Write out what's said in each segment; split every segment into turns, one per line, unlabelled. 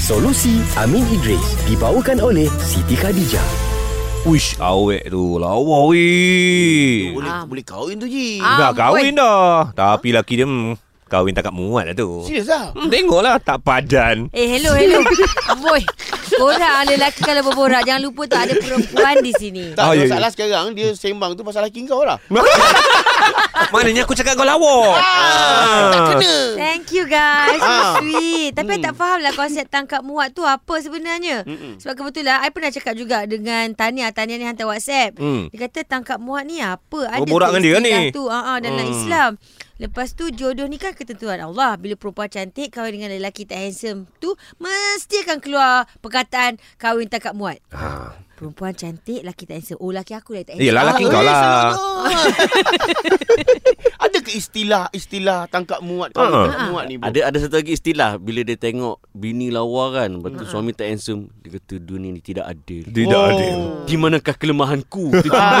Solusi Amin Idris dibawakan oleh Siti Khadijah.
Uish, awek tu lawa weh.
Boleh
Ah.
boleh kahwin tu Ji.
Ah.
Dah
Amboi.
kahwin dah. Tapi laki dia hmm, kahwin tak kat muat lah tu.
Serius lah.
Hmm, tengoklah tak padan.
Eh, hello, hello. Amboi. Korang lelaki kalau berborak, jangan lupa tak ada perempuan di sini.
Tak
Ah,
ada
ya, ya.
masalah sekarang dia sembang tu pasal laki kau lah.
Maknanya aku cakap kau lawa.
Ah, Tak kena.
Thank you guys So
Ah.
sweet Tapi
Hmm.
I tak faham lah Konsep tangkap muat tu Apa sebenarnya
Mm-mm.
Sebab kebetulan I pernah cakap juga Dengan Tania Tania ni hantar whatsapp
Hmm.
Dia kata tangkap muat ni apa
Berborak dengan dia
tu istilah
ni.
tu, ah, ah, Dalam
Hmm.
Islam Lepas tu jodoh ni kan ketentuan Allah Bila perempuan cantik Kahwin dengan lelaki tak handsome tu Mesti akan keluar Perkataan Kahwin tangkap muat
Ha.
Perempuan cantik Laki tak handsome Oh laki aku lah tak handsome
Yelah laki
Ah,
kau
eh,
lah.
salah. ada ke istilah-istilah tangkap muat kahwin
Ah.
tangkap muat ni? Bro?
Ada ada satu lagi istilah bila dia tengok bini lawa kan, lepas tu suami tak handsome, dia kata dunia ni tidak adil.
Tidak
Oh.
adil.
Di manakah kelemahanku? Tiba-tiba.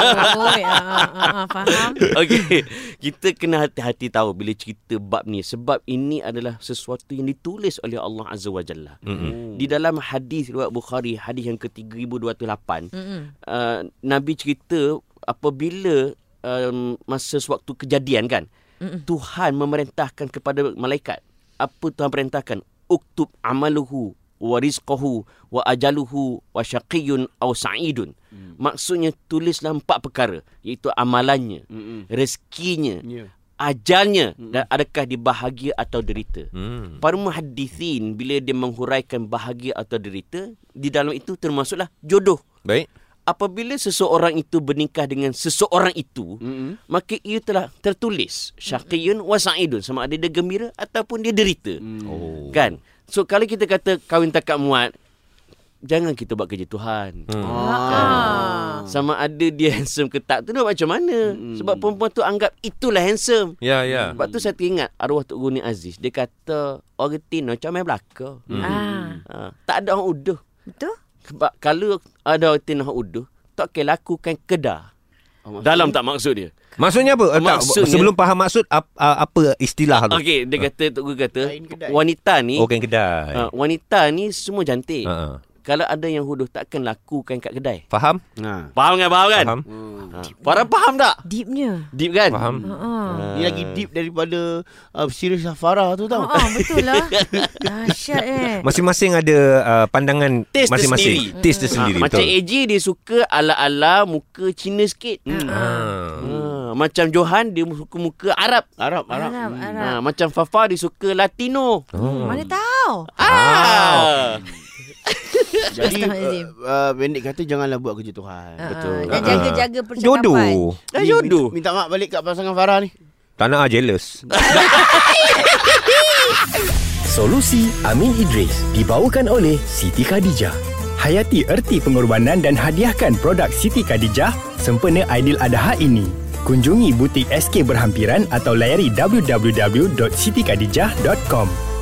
Amboi, ah, ah, ah, ah, Faham
Okey, kita kena hati-hati tahu bila cerita bab ni sebab ini adalah sesuatu yang ditulis oleh Allah Azza wa Jalla.
Mm-mm.
Di dalam hadis riwayat Bukhari, hadis yang ke-3208,
Mm-mm.
uh, Nabi cerita apabila um, masa sewaktu kejadian kan,
Mm-mm.
Tuhan memerintahkan kepada malaikat. Apa Tuhan perintahkan? Uktub amaluhu wa rizqahu wa ajaluhu wa syaqiyun aw sa'idun. Maksudnya tulislah empat perkara iaitu amalannya,
Mm-mm.
rezekinya,
Ya.
ajalnya dan adakah dia bahagia atau derita.
Hmm.
Para muhaddisin bila dia menghuraikan bahagia atau derita, di dalam itu termasuklah jodoh.
Baik.
Apabila seseorang itu bernikah dengan seseorang itu,
Mm-mm.
maka ia telah tertulis syaqiyun wa sa'idun sama ada dia gembira ataupun dia derita
Oh.
kan so kalau kita kata kahwin takat muat jangan kita buat kerja Tuhan
Hmm.
Ah.
sama ada dia handsome ke tak tu dah macam mana sebab perempuan tu anggap itulah handsome
Ya, ya.
sebab tu saya teringat arwah Tok Guni Aziz dia kata orang tino macam main belaka
Hmm.
Ah,
ha, tak ada orang uduh
betul?
sebab kalau ada orang tino orang uduh tak kira lakukan kedah
Oh,
dalam tak maksud dia
Maksudnya apa? Eh, tak,
Maksudnya-
sebelum faham maksud ap- a- apa istilah tu?
Okey, dia kata Tok Guru kata
Lain kedai.
wanita ni
Orang Oh, kedai.
uh, wanita ni semua cantik.
Ha, ha.
Kalau ada yang huduh takkan lakukan kat kedai.
Faham?
Nah.
Faham kan? Faham kan?
Faham?
Ha. Para faham tak?
Deepnya.
Deep kan?
Faham.
Ah.
Ni lagi deep daripada uh, serius Farah tu tau.
Ah, betul lah. Dahsyat eh.
Masing-masing ada uh, pandangan
Taste dia
masing-masing.
sendiri.
Taste dia sendiri. Ah,
macam
betul.
AJ dia suka ala-ala muka Cina sikit. Hmm.
Ah.
Ha. Macam Johan dia suka muka Arab.
Arab Arab.
Arab, Arab.
Ha. Macam Fafa dia suka Latino.
Oh.
Mana tahu?
Ah.
Jadi
Astaghfirullahalazim.
uh, uh, Bendik kata janganlah buat kerja Tuhan.
Betul. Dan
Ah. Lah,
jaga-jaga percakapan.
Jodoh.
Dah
Ni
jodoh.
Minta, minta maaf balik kat pasangan Farah ni.
Tak nak ah, jealous.
Solusi Amin Idris dibawakan oleh Siti Khadijah. Hayati erti pengorbanan dan hadiahkan produk Siti Khadijah sempena Aidil Adha ini. Kunjungi butik SK berhampiran atau layari www.sitikadijah.com.